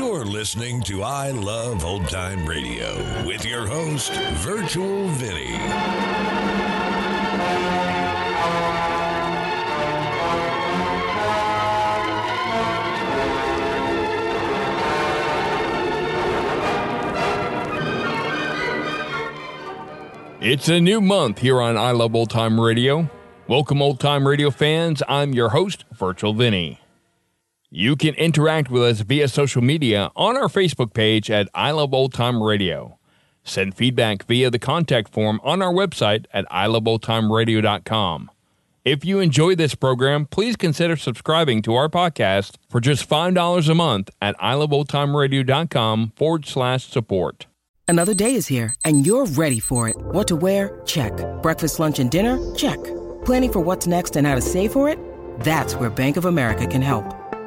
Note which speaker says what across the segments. Speaker 1: listening to I Love Old Time Radio with your host, Virtual Vinny.
Speaker 2: It's a new month here on I Love Old Time Radio. Welcome, old time radio fans. I'm your host, Virtual Vinny. You can interact with us via social media on our Facebook page at I Love Old Time Radio. Send feedback via the contact form on our website at iloveoldtimeradio.com. If you enjoy this program, please consider subscribing to our podcast for just $5 a month at iloveoldtimeradio.com forward slash support.
Speaker 3: Another day is here, and you're ready for it. What to wear? Check. Breakfast, lunch, and dinner? Check. Planning for what's next and how to save for it? That's where Bank of America can help.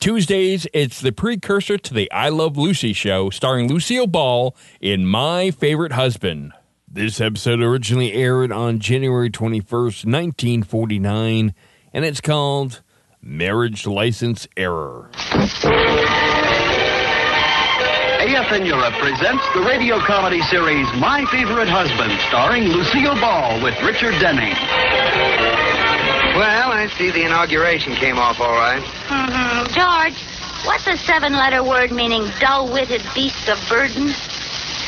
Speaker 2: Tuesdays, it's the precursor to the I Love Lucy show, starring Lucille Ball in My Favorite Husband. This episode originally aired on January 21st, 1949, and it's called Marriage License Error.
Speaker 4: AFN Europe presents the radio comedy series My Favorite Husband, starring Lucille Ball with Richard Denning.
Speaker 5: Well, I see the inauguration came off all right.
Speaker 6: hmm George, what's a seven letter word meaning dull witted beast of burden?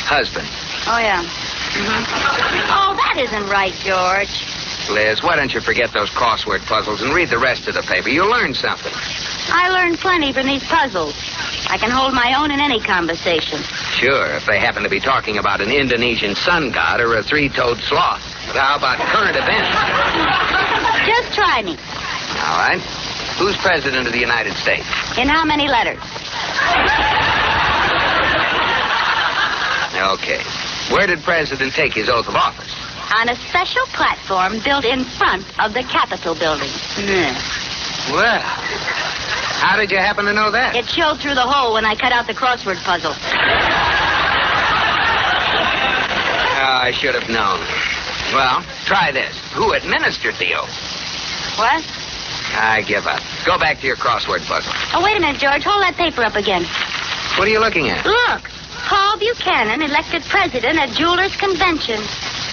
Speaker 5: Husband.
Speaker 6: Oh, yeah. Mhm. Oh, that isn't right, George.
Speaker 5: Liz, why don't you forget those crossword puzzles and read the rest of the paper? You'll learn something.
Speaker 6: I learned plenty from these puzzles. I can hold my own in any conversation.
Speaker 5: Sure, if they happen to be talking about an Indonesian sun god or a three-toed sloth. But how about current events?
Speaker 6: Just try me.
Speaker 5: All right. Who's president of the United States?
Speaker 6: In how many letters?
Speaker 5: Okay. Where did president take his oath of office?
Speaker 6: On a special platform built in front of the Capitol building.
Speaker 5: Well, how did you happen to know that?
Speaker 6: It showed through the hole when I cut out the crossword puzzle.
Speaker 5: Oh, I should have known. Well, try this. Who administered the oath?
Speaker 6: What?
Speaker 5: I give up. Go back to your crossword puzzle.
Speaker 6: Oh, wait a minute, George. Hold that paper up again.
Speaker 5: What are you looking at?
Speaker 6: Look, Paul Buchanan elected president at Jewelers Convention.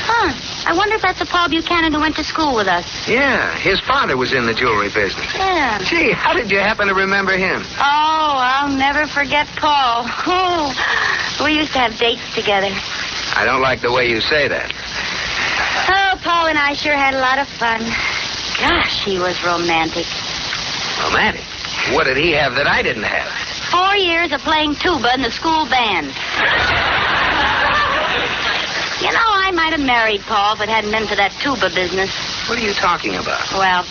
Speaker 6: Huh. I wonder if that's the Paul Buchanan who went to school with us.
Speaker 5: Yeah, his father was in the jewelry business.
Speaker 6: Yeah.
Speaker 5: Gee, how did you happen to remember him?
Speaker 6: Oh, I'll never forget Paul. Oh, we used to have dates together.
Speaker 5: I don't like the way you say that.
Speaker 6: Oh, Paul and I sure had a lot of fun. Gosh, he was romantic.
Speaker 5: Romantic. What did he have that I didn't have?
Speaker 6: Four years of playing tuba in the school band. you know, I might have married Paul if it hadn't been for that tuba business.
Speaker 5: What are you talking about?
Speaker 6: Well,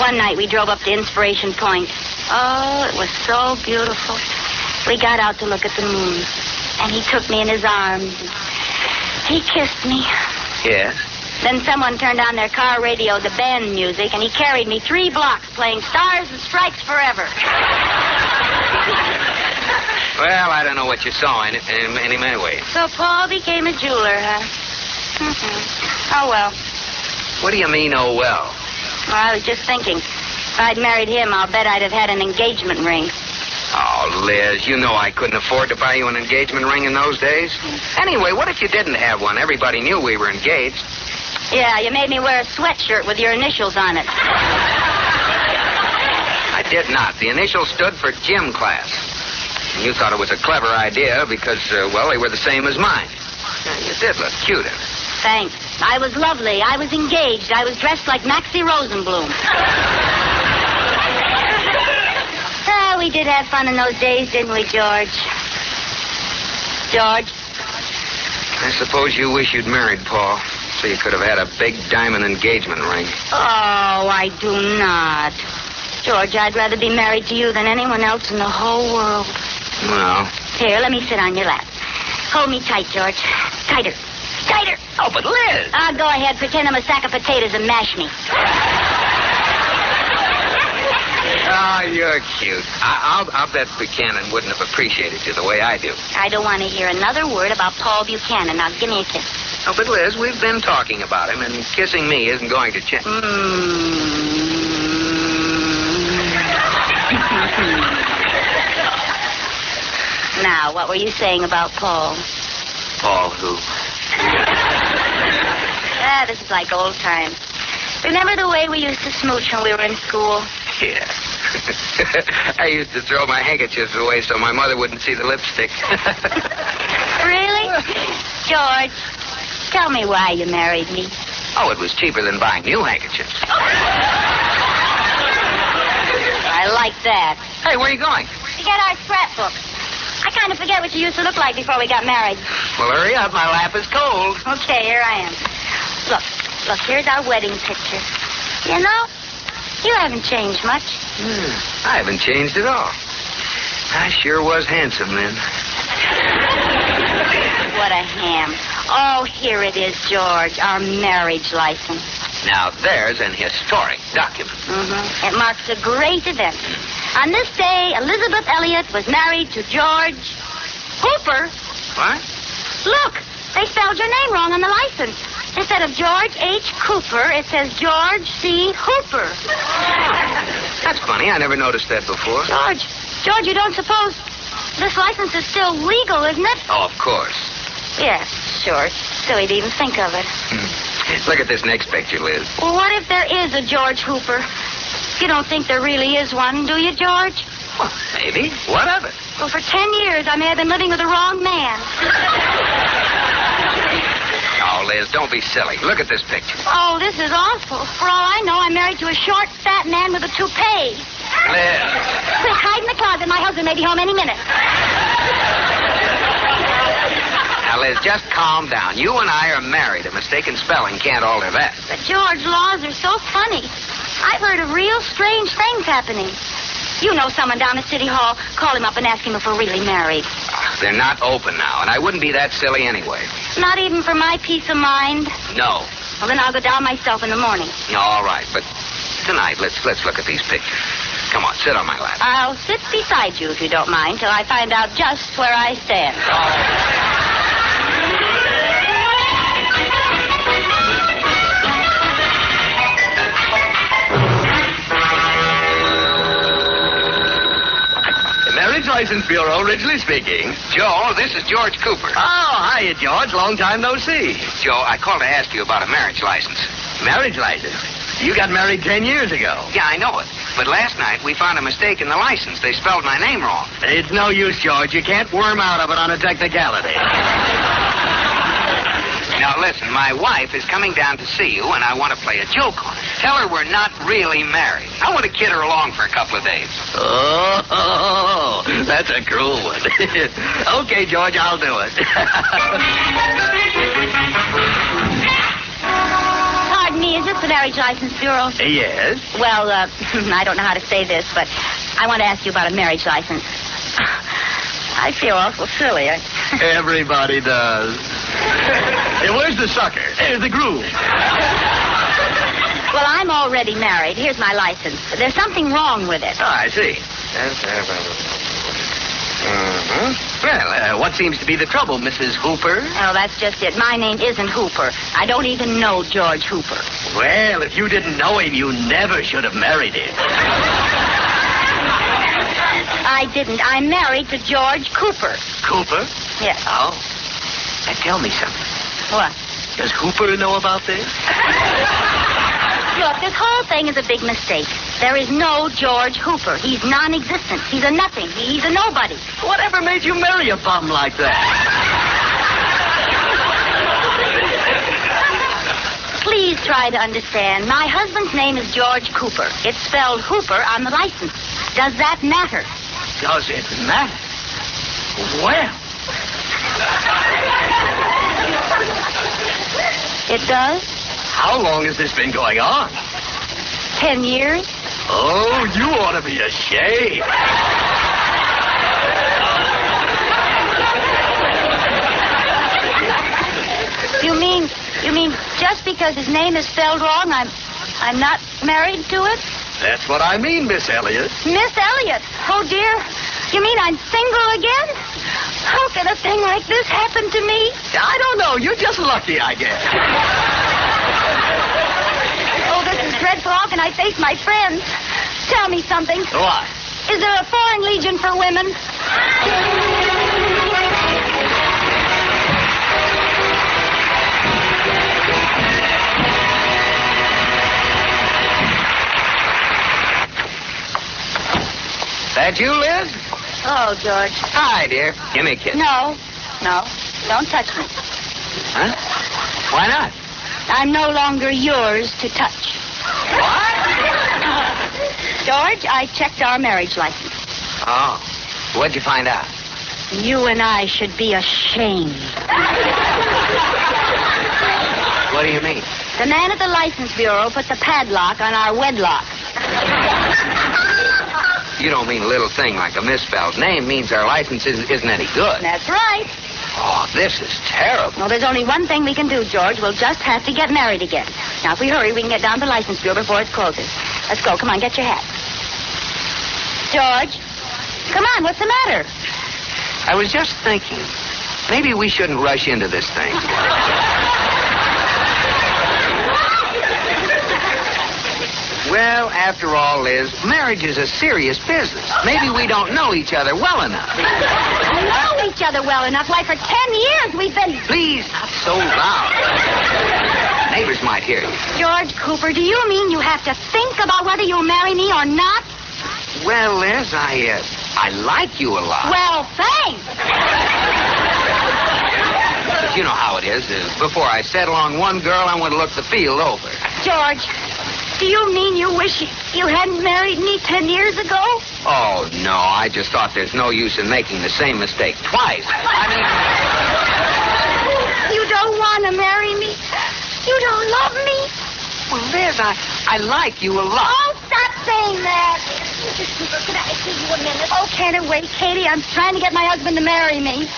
Speaker 6: one night we drove up to Inspiration Point. Oh, it was so beautiful. We got out to look at the moon, and he took me in his arms. He kissed me.
Speaker 5: Yes.
Speaker 6: Then someone turned on their car radio, the band music, and he carried me three blocks playing Stars and Stripes Forever.
Speaker 5: Well, I don't know what you saw in, in, in him anyway.
Speaker 6: So Paul became a jeweler, huh? hmm Oh, well.
Speaker 5: What do you mean, oh well?
Speaker 6: well. I was just thinking. If I'd married him, I'll bet I'd have had an engagement ring.
Speaker 5: Oh, Liz, you know I couldn't afford to buy you an engagement ring in those days. Anyway, what if you didn't have one? Everybody knew we were engaged.
Speaker 6: Yeah, you made me wear a sweatshirt with your initials on it.
Speaker 5: I did not. The initials stood for gym class. And you thought it was a clever idea because, uh, well, they were the same as mine. Yeah, You did look cute in it.
Speaker 6: Thanks. I was lovely. I was engaged. I was dressed like Maxie Rosenblum. Ah, we did have fun in those days, didn't we, George? George?
Speaker 5: I suppose you wish you'd married Paul so you could have had a big diamond engagement ring.
Speaker 6: Oh, I do not. George, I'd rather be married to you than anyone else in the whole world.
Speaker 5: Well,
Speaker 6: Here, let me sit on your lap. Hold me tight, George. Tighter. tighter.
Speaker 5: Oh, but Liz.
Speaker 6: Ah, go ahead. Pretend I'm a sack of potatoes and mash me.
Speaker 5: Oh, you're cute. I- I'll, I'll bet Buchanan wouldn't have appreciated you the way I do.
Speaker 6: I don't want to hear another word about Paul Buchanan. Now, give me a kiss.
Speaker 5: Oh, but Liz, we've been talking about him, and kissing me isn't going to change. Hmm.
Speaker 6: Now, what were you saying about Paul?
Speaker 5: Paul, who?
Speaker 6: Ah, this is like old times. Remember the way we used to smooch when we were in school?
Speaker 5: Yeah. I used to throw my handkerchiefs away so my mother wouldn't see the lipstick.
Speaker 6: Really? George, tell me why you married me.
Speaker 5: oh, it was cheaper than buying new handkerchiefs.
Speaker 6: I like that.
Speaker 5: Hey, where are you going?
Speaker 6: To get our scrapbook. I kind of forget what you used to look like before we got married.
Speaker 5: Well, hurry up. My lap is cold.
Speaker 6: Okay, here I am. Look, look, here's our wedding picture. You know, you haven't changed much.
Speaker 5: I haven't changed at all. I sure was handsome then.
Speaker 6: What a ham. Oh, here it is, George, our marriage license.
Speaker 5: Now, there's an historic document.
Speaker 6: Mm-hmm. It marks a great event. On this day, Elizabeth Elliot was married to George Hooper.
Speaker 5: What?
Speaker 6: Look, they spelled your name wrong on the license. Instead of George H. Cooper, it says George C. Hooper.
Speaker 5: That's funny. I never noticed that before.
Speaker 6: George, George, you don't suppose this license is still legal, isn't it?
Speaker 5: Oh, of course.
Speaker 6: Yes, sure. Silly to even think of it.
Speaker 5: Hmm. Look at this next picture, Liz.
Speaker 6: Well, what if there is a George Hooper? You don't think there really is one, do you, George?
Speaker 5: Well, maybe. What of it?
Speaker 6: Well, for ten years, I may have been living with the wrong man.
Speaker 5: Oh, Liz, don't be silly. Look at this picture.
Speaker 6: Oh, this is awful. For all I know, I'm married to a short, fat man with a toupee.
Speaker 5: Liz.
Speaker 6: Quick, hide in the closet. My husband may be home any minute.
Speaker 5: Now, Liz, just calm down. You and I are married. A mistaken spelling can't alter that.
Speaker 6: But, George, laws are so funny. I've heard of real strange things happening. You know someone down at City Hall. Call him up and ask him if we're really married.
Speaker 5: They're not open now, and I wouldn't be that silly anyway.
Speaker 6: Not even for my peace of mind.
Speaker 5: No.
Speaker 6: Well, then I'll go down myself in the morning.
Speaker 5: All right, but tonight let's let's look at these pictures. Come on, sit on my lap.
Speaker 6: I'll sit beside you, if you don't mind, till I find out just where I stand.
Speaker 5: The Marriage License Bureau, Ridgely speaking. Joe, this is George Cooper. Oh, hiya, George. Long time no see. Joe, I called to ask you about a marriage license. Marriage license? You got married ten years ago. Yeah, I know it. But last night we found a mistake in the license. They spelled my name wrong. It's no use, George. You can't worm out of it on a technicality. Now, listen, my wife is coming down to see you, and I want to play a joke on her. Tell her we're not really married. I want to kid her along for a couple of days. Oh, that's a cruel one. okay, George, I'll do it.
Speaker 6: Pardon me, is this the Marriage License Bureau?
Speaker 5: yes?
Speaker 6: Well, uh, I don't know how to say this, but I want to ask you about a marriage license. I feel awful silly. I...
Speaker 5: Everybody does. hey, where's the sucker? Hey, the groove.
Speaker 6: Well, I'm already married. Here's my license. There's something wrong with it.
Speaker 5: Oh, I see. Mm-hmm. Well, uh, what seems to be the trouble, Mrs. Hooper?
Speaker 6: Oh, that's just it. My name isn't Hooper. I don't even know George Hooper.
Speaker 5: Well, if you didn't know him, you never should have married him.
Speaker 6: I didn't. I'm married to George Cooper.
Speaker 5: Cooper?
Speaker 6: Yes.
Speaker 5: Oh. Now tell me something.
Speaker 6: What?
Speaker 5: Does Cooper know about this?
Speaker 6: Look, this whole thing is a big mistake. There is no George Hooper. He's non-existent. He's a nothing. He's a nobody.
Speaker 5: Whatever made you marry a bum like that?
Speaker 6: Please try to understand. My husband's name is George Cooper. It's spelled Hooper on the license. Does that matter?
Speaker 5: Does it matter? Well,
Speaker 6: It does?
Speaker 5: how long has this been going on?
Speaker 6: Ten years?
Speaker 5: Oh, you ought to be ashamed.
Speaker 6: You mean because his name is spelled wrong, I'm I'm not married to it?
Speaker 5: That's what I mean, Miss Elliot.
Speaker 6: Miss Elliot. Oh dear. You mean I'm single again? How can a thing like this happen to me?
Speaker 5: I don't know. You're just lucky, I guess.
Speaker 6: Oh, this is dreadful. How can I face my friends? Tell me something.
Speaker 5: What?
Speaker 6: Is there a foreign legion for women?
Speaker 5: That you, Liz?
Speaker 6: Oh, George.
Speaker 5: Hi, dear. Give me a kiss.
Speaker 6: No. No. Don't touch me.
Speaker 5: Huh? Why not?
Speaker 6: I'm no longer yours to touch. George, I checked our marriage license.
Speaker 5: Oh. What'd you find out?
Speaker 6: You and I should be ashamed.
Speaker 5: What do you mean?
Speaker 6: The man at the license bureau put the padlock on our wedlock.
Speaker 5: You don't mean a little thing like a misspelled name means our license isn't, isn't any good.
Speaker 6: That's right.
Speaker 5: Oh, this is terrible.
Speaker 6: Well, there's only one thing we can do, George. We'll just have to get married again. Now, if we hurry, we can get down to the license bureau before it closes. Let's go. Come on, get your hat. George, come on. What's the matter?
Speaker 5: I was just thinking, maybe we shouldn't rush into this thing. well, after all, Liz, marriage is a serious business. Maybe we don't know each other well enough.
Speaker 6: We know each other well enough. Why, for ten years we've been.
Speaker 5: Please, not so loud. Neighbors might hear you.
Speaker 6: George Cooper, do you mean you have to think about whether you'll marry me or not?
Speaker 5: Well, Liz, I, uh, I like you a lot.
Speaker 6: Well, thanks.
Speaker 5: But you know how it is. Uh, before I settle on one girl, I want to look the field over.
Speaker 6: George, do you mean you wish you hadn't married me ten years ago?
Speaker 5: Oh, no, I just thought there's no use in making the same mistake twice. I
Speaker 6: You don't want to marry me? You don't love me?
Speaker 5: mean, well, Liz, I, I like you a lot.
Speaker 6: Oh, stop saying that. Could I see you a minute? Oh, can't it wait, Katie? I'm trying to get my husband to marry me.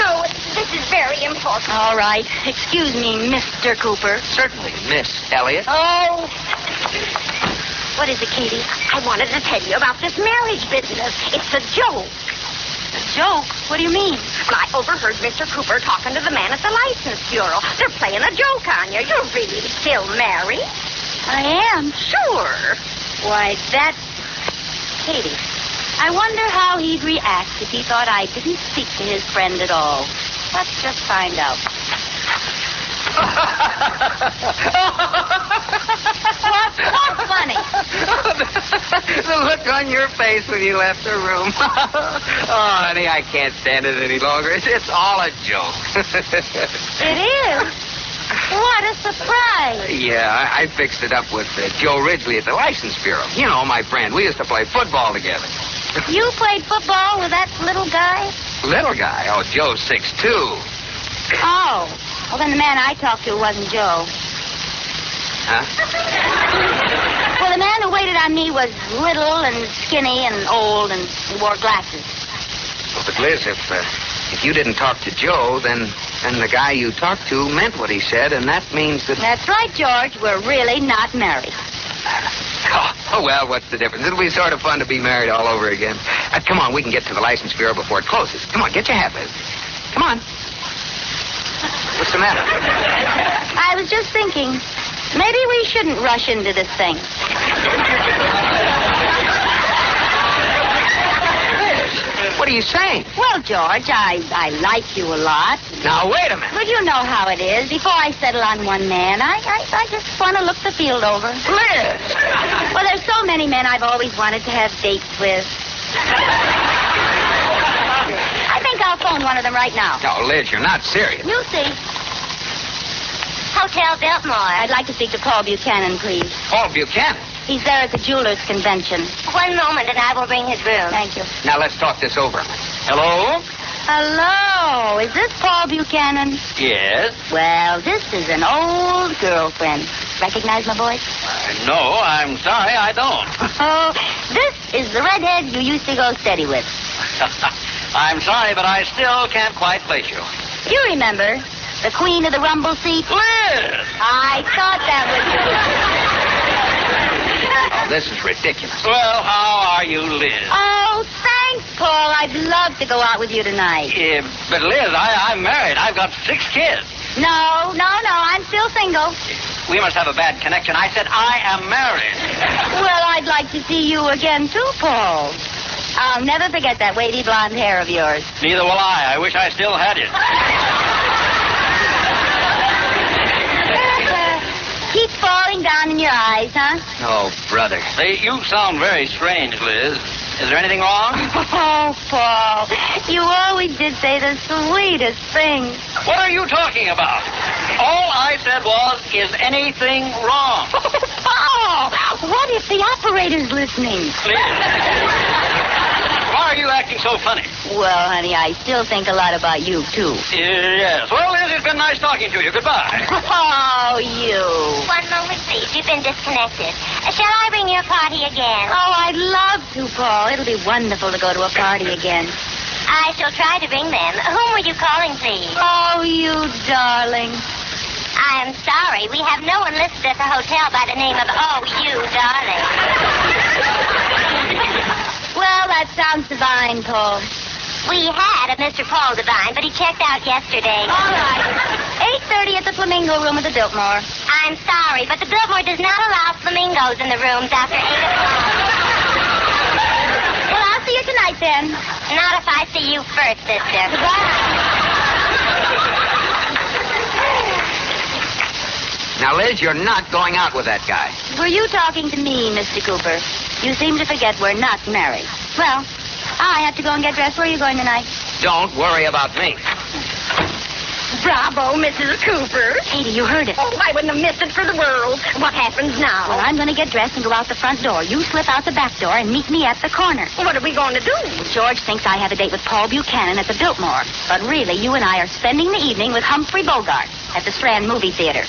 Speaker 6: No, this is very important. All right. Excuse me, Mr. Cooper.
Speaker 5: Certainly, Miss Elliot.
Speaker 6: Oh. What is it, Katie? I wanted to tell you about this marriage business. It's a joke. A joke? What do you mean? I overheard Mr. Cooper talking to the man at the license bureau. They're playing a joke on you. You're really still married. I am. Sure. Why, that. Katie, I wonder how he'd react if he thought I didn't speak to his friend at all. Let's just find out. What's so funny?
Speaker 5: the look on your face when you left the room. oh, honey, I can't stand it any longer. It's, it's all a joke.
Speaker 6: It is. What a surprise.
Speaker 5: Yeah, I, I fixed it up with uh, Joe Ridgely at the license bureau. You know, my friend. We used to play football together.
Speaker 6: You played football with that little guy?
Speaker 5: Little guy. Oh, Joe's six two.
Speaker 6: Oh. Well, then the man I talked to wasn't Joe.
Speaker 5: Huh?
Speaker 6: Well, the man who waited on me was little and skinny and old and wore glasses.
Speaker 5: But Liz, if uh, if you didn't talk to Joe, then then the guy you talked to meant what he said, and that means that.
Speaker 6: That's right, George. We're really not married.
Speaker 5: Oh, oh, well, what's the difference? It'll be sort of fun to be married all over again. Uh, come on, we can get to the license bureau before it closes. Come on, get your hat, Liz. Come on. What's the matter?
Speaker 6: I was just thinking, maybe we shouldn't rush into this thing.
Speaker 5: What are you saying?
Speaker 6: Well, George, I, I like you a lot.
Speaker 5: Now wait a minute.
Speaker 6: Well, you know how it is. Before I settle on one man, I, I, I just want to look the field over.
Speaker 5: Liz!
Speaker 6: Well, there's so many men I've always wanted to have dates with. I think I'll phone one of them right now.
Speaker 5: No, Liz, you're not serious.
Speaker 6: You see. Hotel Biltmore. I'd like to speak to Paul Buchanan, please.
Speaker 5: Paul Buchanan.
Speaker 6: He's there at the jeweler's convention. One moment, and I will bring his room. Thank you.
Speaker 5: Now let's talk this over. Hello?
Speaker 6: Hello. Is this Paul Buchanan?
Speaker 5: Yes.
Speaker 6: Well, this is an old girlfriend. Recognize my voice?
Speaker 5: Uh, no, I'm sorry, I don't.
Speaker 6: Oh, this is the redhead you used to go steady with.
Speaker 5: I'm sorry, but I still can't quite place you.
Speaker 6: You remember. The queen of the rumble seat?
Speaker 5: Liz!
Speaker 6: I thought that was
Speaker 5: Oh, this is ridiculous. Well, how are you, Liz?
Speaker 6: Oh, thanks, Paul. I'd love to go out with you tonight.
Speaker 5: Yeah, eh, but Liz, I, I'm married. I've got six kids.
Speaker 6: No, no, no. I'm still single.
Speaker 5: We must have a bad connection. I said I am married.
Speaker 6: Well, I'd like to see you again, too, Paul. I'll never forget that wavy blonde hair of yours.
Speaker 5: Neither will I. I wish I still had it.
Speaker 6: Keep falling down in your eyes, huh?
Speaker 5: Oh, brother. Hey, you sound very strange, Liz. Is there anything wrong?
Speaker 6: Oh, Paul, you always did say the sweetest things.
Speaker 5: What are you talking about? All I said was, is anything wrong?
Speaker 6: Paul, what if the operator's listening?
Speaker 5: Liz. Why are you acting so funny?
Speaker 6: Well, honey, I still think a lot about you, too.
Speaker 5: Yes. Well, Liz, it's been nice talking to you. Goodbye.
Speaker 6: Oh, you.
Speaker 7: One moment, please. You've been disconnected. Uh, Shall I ring your party again?
Speaker 6: Oh, I'd love to, Paul. It'll be wonderful to go to a party again.
Speaker 7: I shall try to ring them. Whom were you calling, please?
Speaker 6: Oh, you darling.
Speaker 7: I'm sorry. We have no one listed at the hotel by the name of Oh, you, darling.
Speaker 6: Well, that sounds divine, Paul.
Speaker 7: We had a Mr. Paul Devine, but he checked out yesterday.
Speaker 6: All right. 8.30 at the Flamingo Room at the Biltmore.
Speaker 7: I'm sorry, but the Biltmore does not allow flamingos in the rooms after 8 o'clock.
Speaker 6: Well, I'll see you tonight, then.
Speaker 7: Not if I see you first, sister.
Speaker 5: Now, Liz, you're not going out with that guy.
Speaker 6: Were you talking to me, Mr. Cooper? You seem to forget we're not married. Well, I have to go and get dressed. Where are you going tonight?
Speaker 5: Don't worry about me.
Speaker 6: Bravo, Mrs. Cooper. Katie, you heard it.
Speaker 7: Oh, I wouldn't have missed it for the world. What happens now?
Speaker 6: Well, I'm going to get dressed and go out the front door. You slip out the back door and meet me at the corner.
Speaker 7: What are we going to do?
Speaker 6: George thinks I have a date with Paul Buchanan at the Biltmore. But really, you and I are spending the evening with Humphrey Bogart at the Strand Movie Theater.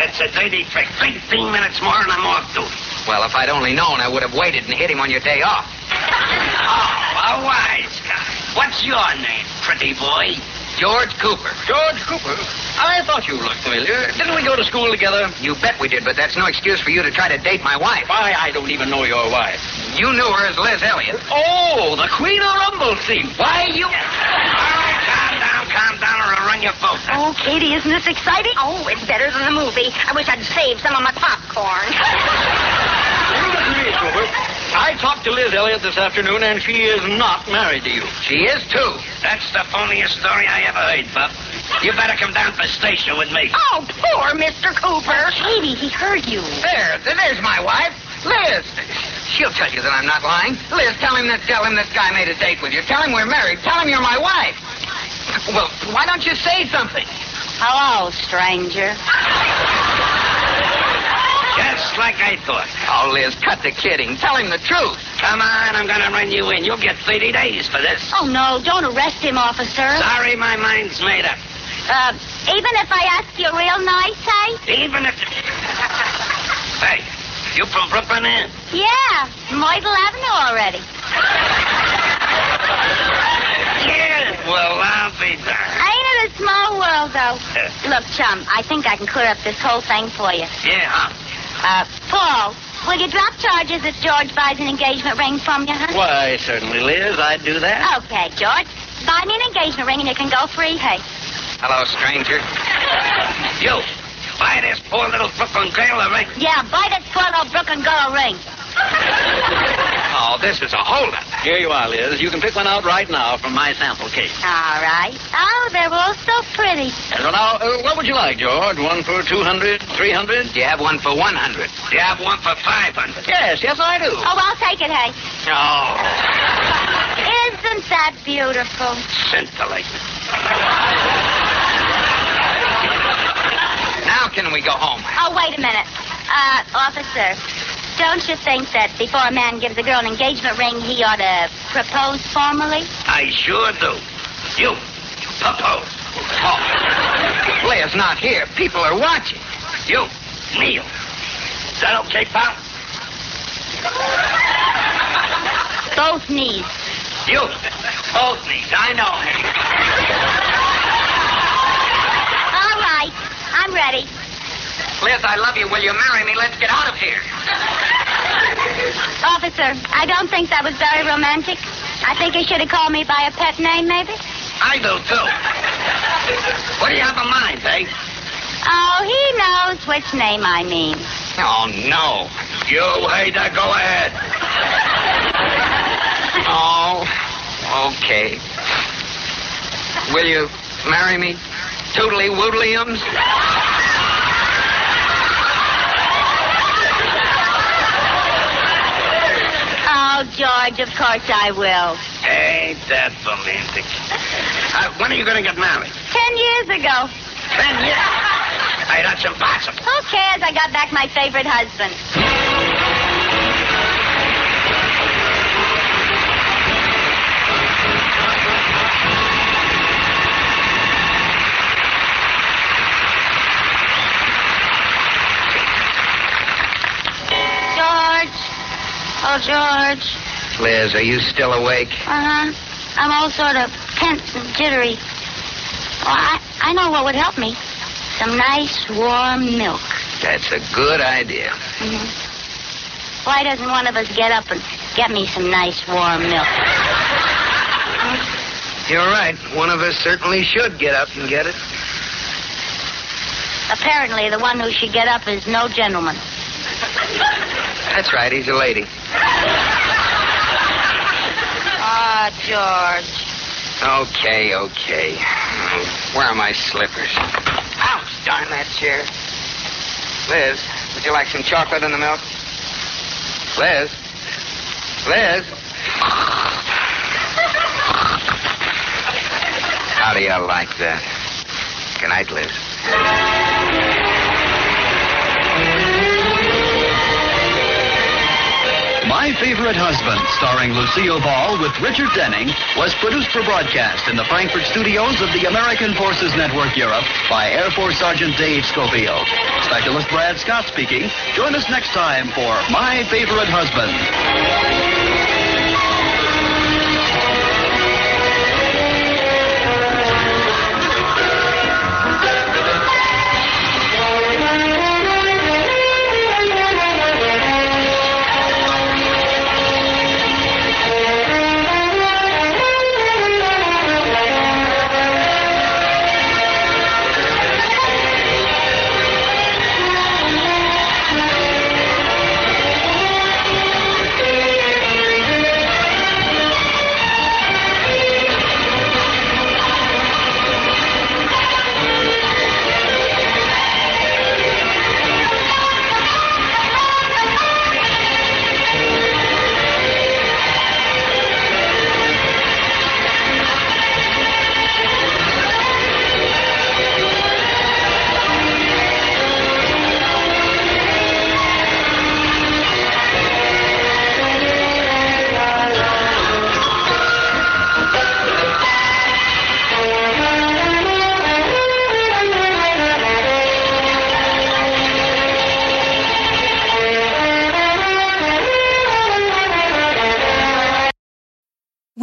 Speaker 5: That's a dirty trick. 15 minutes more, and I'm off duty. Well, if I'd only known, I would have waited and hit him on your day off. oh, a wise guy. What's your name, pretty boy? George Cooper. George Cooper? I thought you looked familiar. Didn't we go to school together? You bet we did, but that's no excuse for you to try to date my wife. Why, I don't even know your wife. You knew her as Liz Elliott. Oh, the Queen of Rumble Scene. Why, you... All right, calm down, calm down, or I'll run your boat.
Speaker 6: Oh, Katie, isn't this exciting?
Speaker 7: Oh, it's better than the movie. I wish I'd saved some of my popcorn.
Speaker 5: I talked to Liz Elliott this afternoon, and she is not married to you. She is, too. That's the funniest story I ever heard, Buck. You better come down to the station with me.
Speaker 6: Oh, poor Mr. Cooper. Katie, he heard you.
Speaker 5: There, th- there's my wife, Liz. She'll tell you that I'm not lying. Liz, tell him that. Tell him this guy made a date with you. Tell him we're married. Tell him you're my wife. Well, why don't you say
Speaker 6: Oh,
Speaker 5: something?
Speaker 6: Hello, stranger.
Speaker 5: Just just like I thought. Oh, Liz, cut the kidding. Tell him the truth. Come on, I'm going to run you in. You'll get 30 days for this.
Speaker 7: Oh, no, don't arrest him, officer.
Speaker 5: Sorry, my mind's made up.
Speaker 7: Uh, even if I ask you real nice,
Speaker 6: eh?
Speaker 7: I?
Speaker 5: Even if. hey, you from Brooklyn, eh? Ann?
Speaker 7: Yeah, Moidle Avenue already.
Speaker 5: Yeah. Well, I'll be darned.
Speaker 7: Ain't it a small world, though? Look, chum, I think I can clear up this whole thing for you.
Speaker 5: Yeah, huh?
Speaker 7: Uh, Paul, will you drop charges if George buys an engagement ring from you, huh?
Speaker 5: Why, certainly, Liz. I'd do that.
Speaker 7: Okay, George. Buy me an engagement ring and you can go free, hey?
Speaker 5: Hello, stranger. you, buy this poor little Brooklyn girl a ring.
Speaker 7: Yeah, buy this poor little Brooklyn girl a ring.
Speaker 5: Oh, this is a holdup. Here you are, Liz. You can pick one out right now from my sample case.
Speaker 7: All right. Oh, they're all so pretty.
Speaker 5: So now, uh, what would you like, George? One for 200, 300? Do you have one for 100? Do you have one for 500? Yes, yes, I do.
Speaker 7: Oh, I'll take it, hey?
Speaker 5: Oh,
Speaker 7: Isn't that beautiful?
Speaker 5: scintillating. now can we go home?
Speaker 7: Oh, wait a minute. Uh, officer, don't you think that before a man gives a girl an engagement ring, he ought to propose formally?
Speaker 5: I sure do. You, propose. Oh, Blair's not here. People are watching. You, kneel. Is that okay, pal?
Speaker 7: Both knees.
Speaker 5: You, both knees. I know him.
Speaker 7: All right. I'm ready.
Speaker 5: Liz, I love you. Will you marry me? Let's get out of here.
Speaker 7: Officer, I don't think that was very romantic. I think he should have called me by a pet name, maybe.
Speaker 5: I do, too. What do you have in mind, eh?
Speaker 7: Oh, he knows which name I mean.
Speaker 5: Oh, no. You hater, go ahead. oh, okay. Will you marry me? Tootly woodliums?
Speaker 7: Oh, George, of course I will.
Speaker 5: Ain't that romantic? Uh, when are you going to get married?
Speaker 7: Ten years ago.
Speaker 5: Ten years. Hey, that's impossible.
Speaker 7: Who cares? I got back my favorite husband. George. Oh, George.
Speaker 5: Liz, are you still awake?
Speaker 7: Uh huh. I'm all sort of tense and jittery. Well, I, I know what would help me. Some nice warm milk.
Speaker 5: That's a good idea.
Speaker 7: Mm-hmm. Why doesn't one of us get up and get me some nice warm milk?
Speaker 5: You're right. One of us certainly should get up and get it.
Speaker 7: Apparently, the one who should get up is no gentleman.
Speaker 5: That's right. He's a lady.
Speaker 7: Ah, George.
Speaker 5: Okay, okay. Where are my slippers? Ouch, darn that chair. Liz, would you like some chocolate in the milk? Liz? Liz? How do you like that? Good night, Liz.
Speaker 4: My Favorite Husband, starring Lucille Ball with Richard Denning, was produced for broadcast in the Frankfurt studios of the American Forces Network Europe by Air Force Sergeant Dave Scopio. Specialist Brad Scott speaking. Join us next time for My Favorite Husband.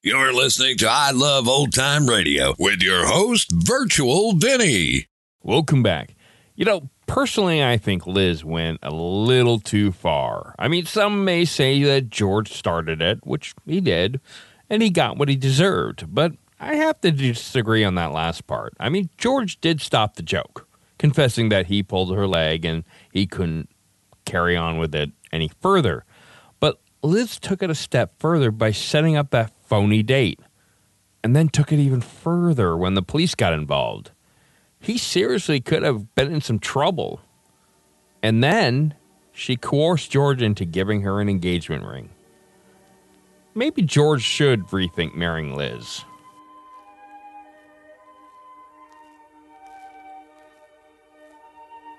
Speaker 1: You're listening to I Love Old Time Radio with your host, Virtual Vinny.
Speaker 2: Welcome back. You know, personally, I think Liz went a little too far. I mean, some may say that George started it, which he did, and he got what he deserved, but I have to disagree on that last part. I mean, George did stop the joke, confessing that he pulled her leg and he couldn't carry on with it any further. But Liz took it a step further by setting up that phony date and then took it even further when the police got involved. He seriously could have been in some trouble. And then she coerced George into giving her an engagement ring. Maybe George should rethink marrying Liz.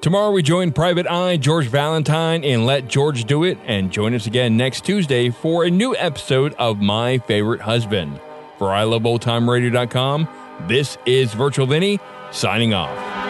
Speaker 2: Tomorrow we join Private Eye, George Valentine, and Let George Do It, and join us again next Tuesday for a new episode of My Favorite Husband. For iloveoldtimeradio.com, this is Virtual Vinny signing off.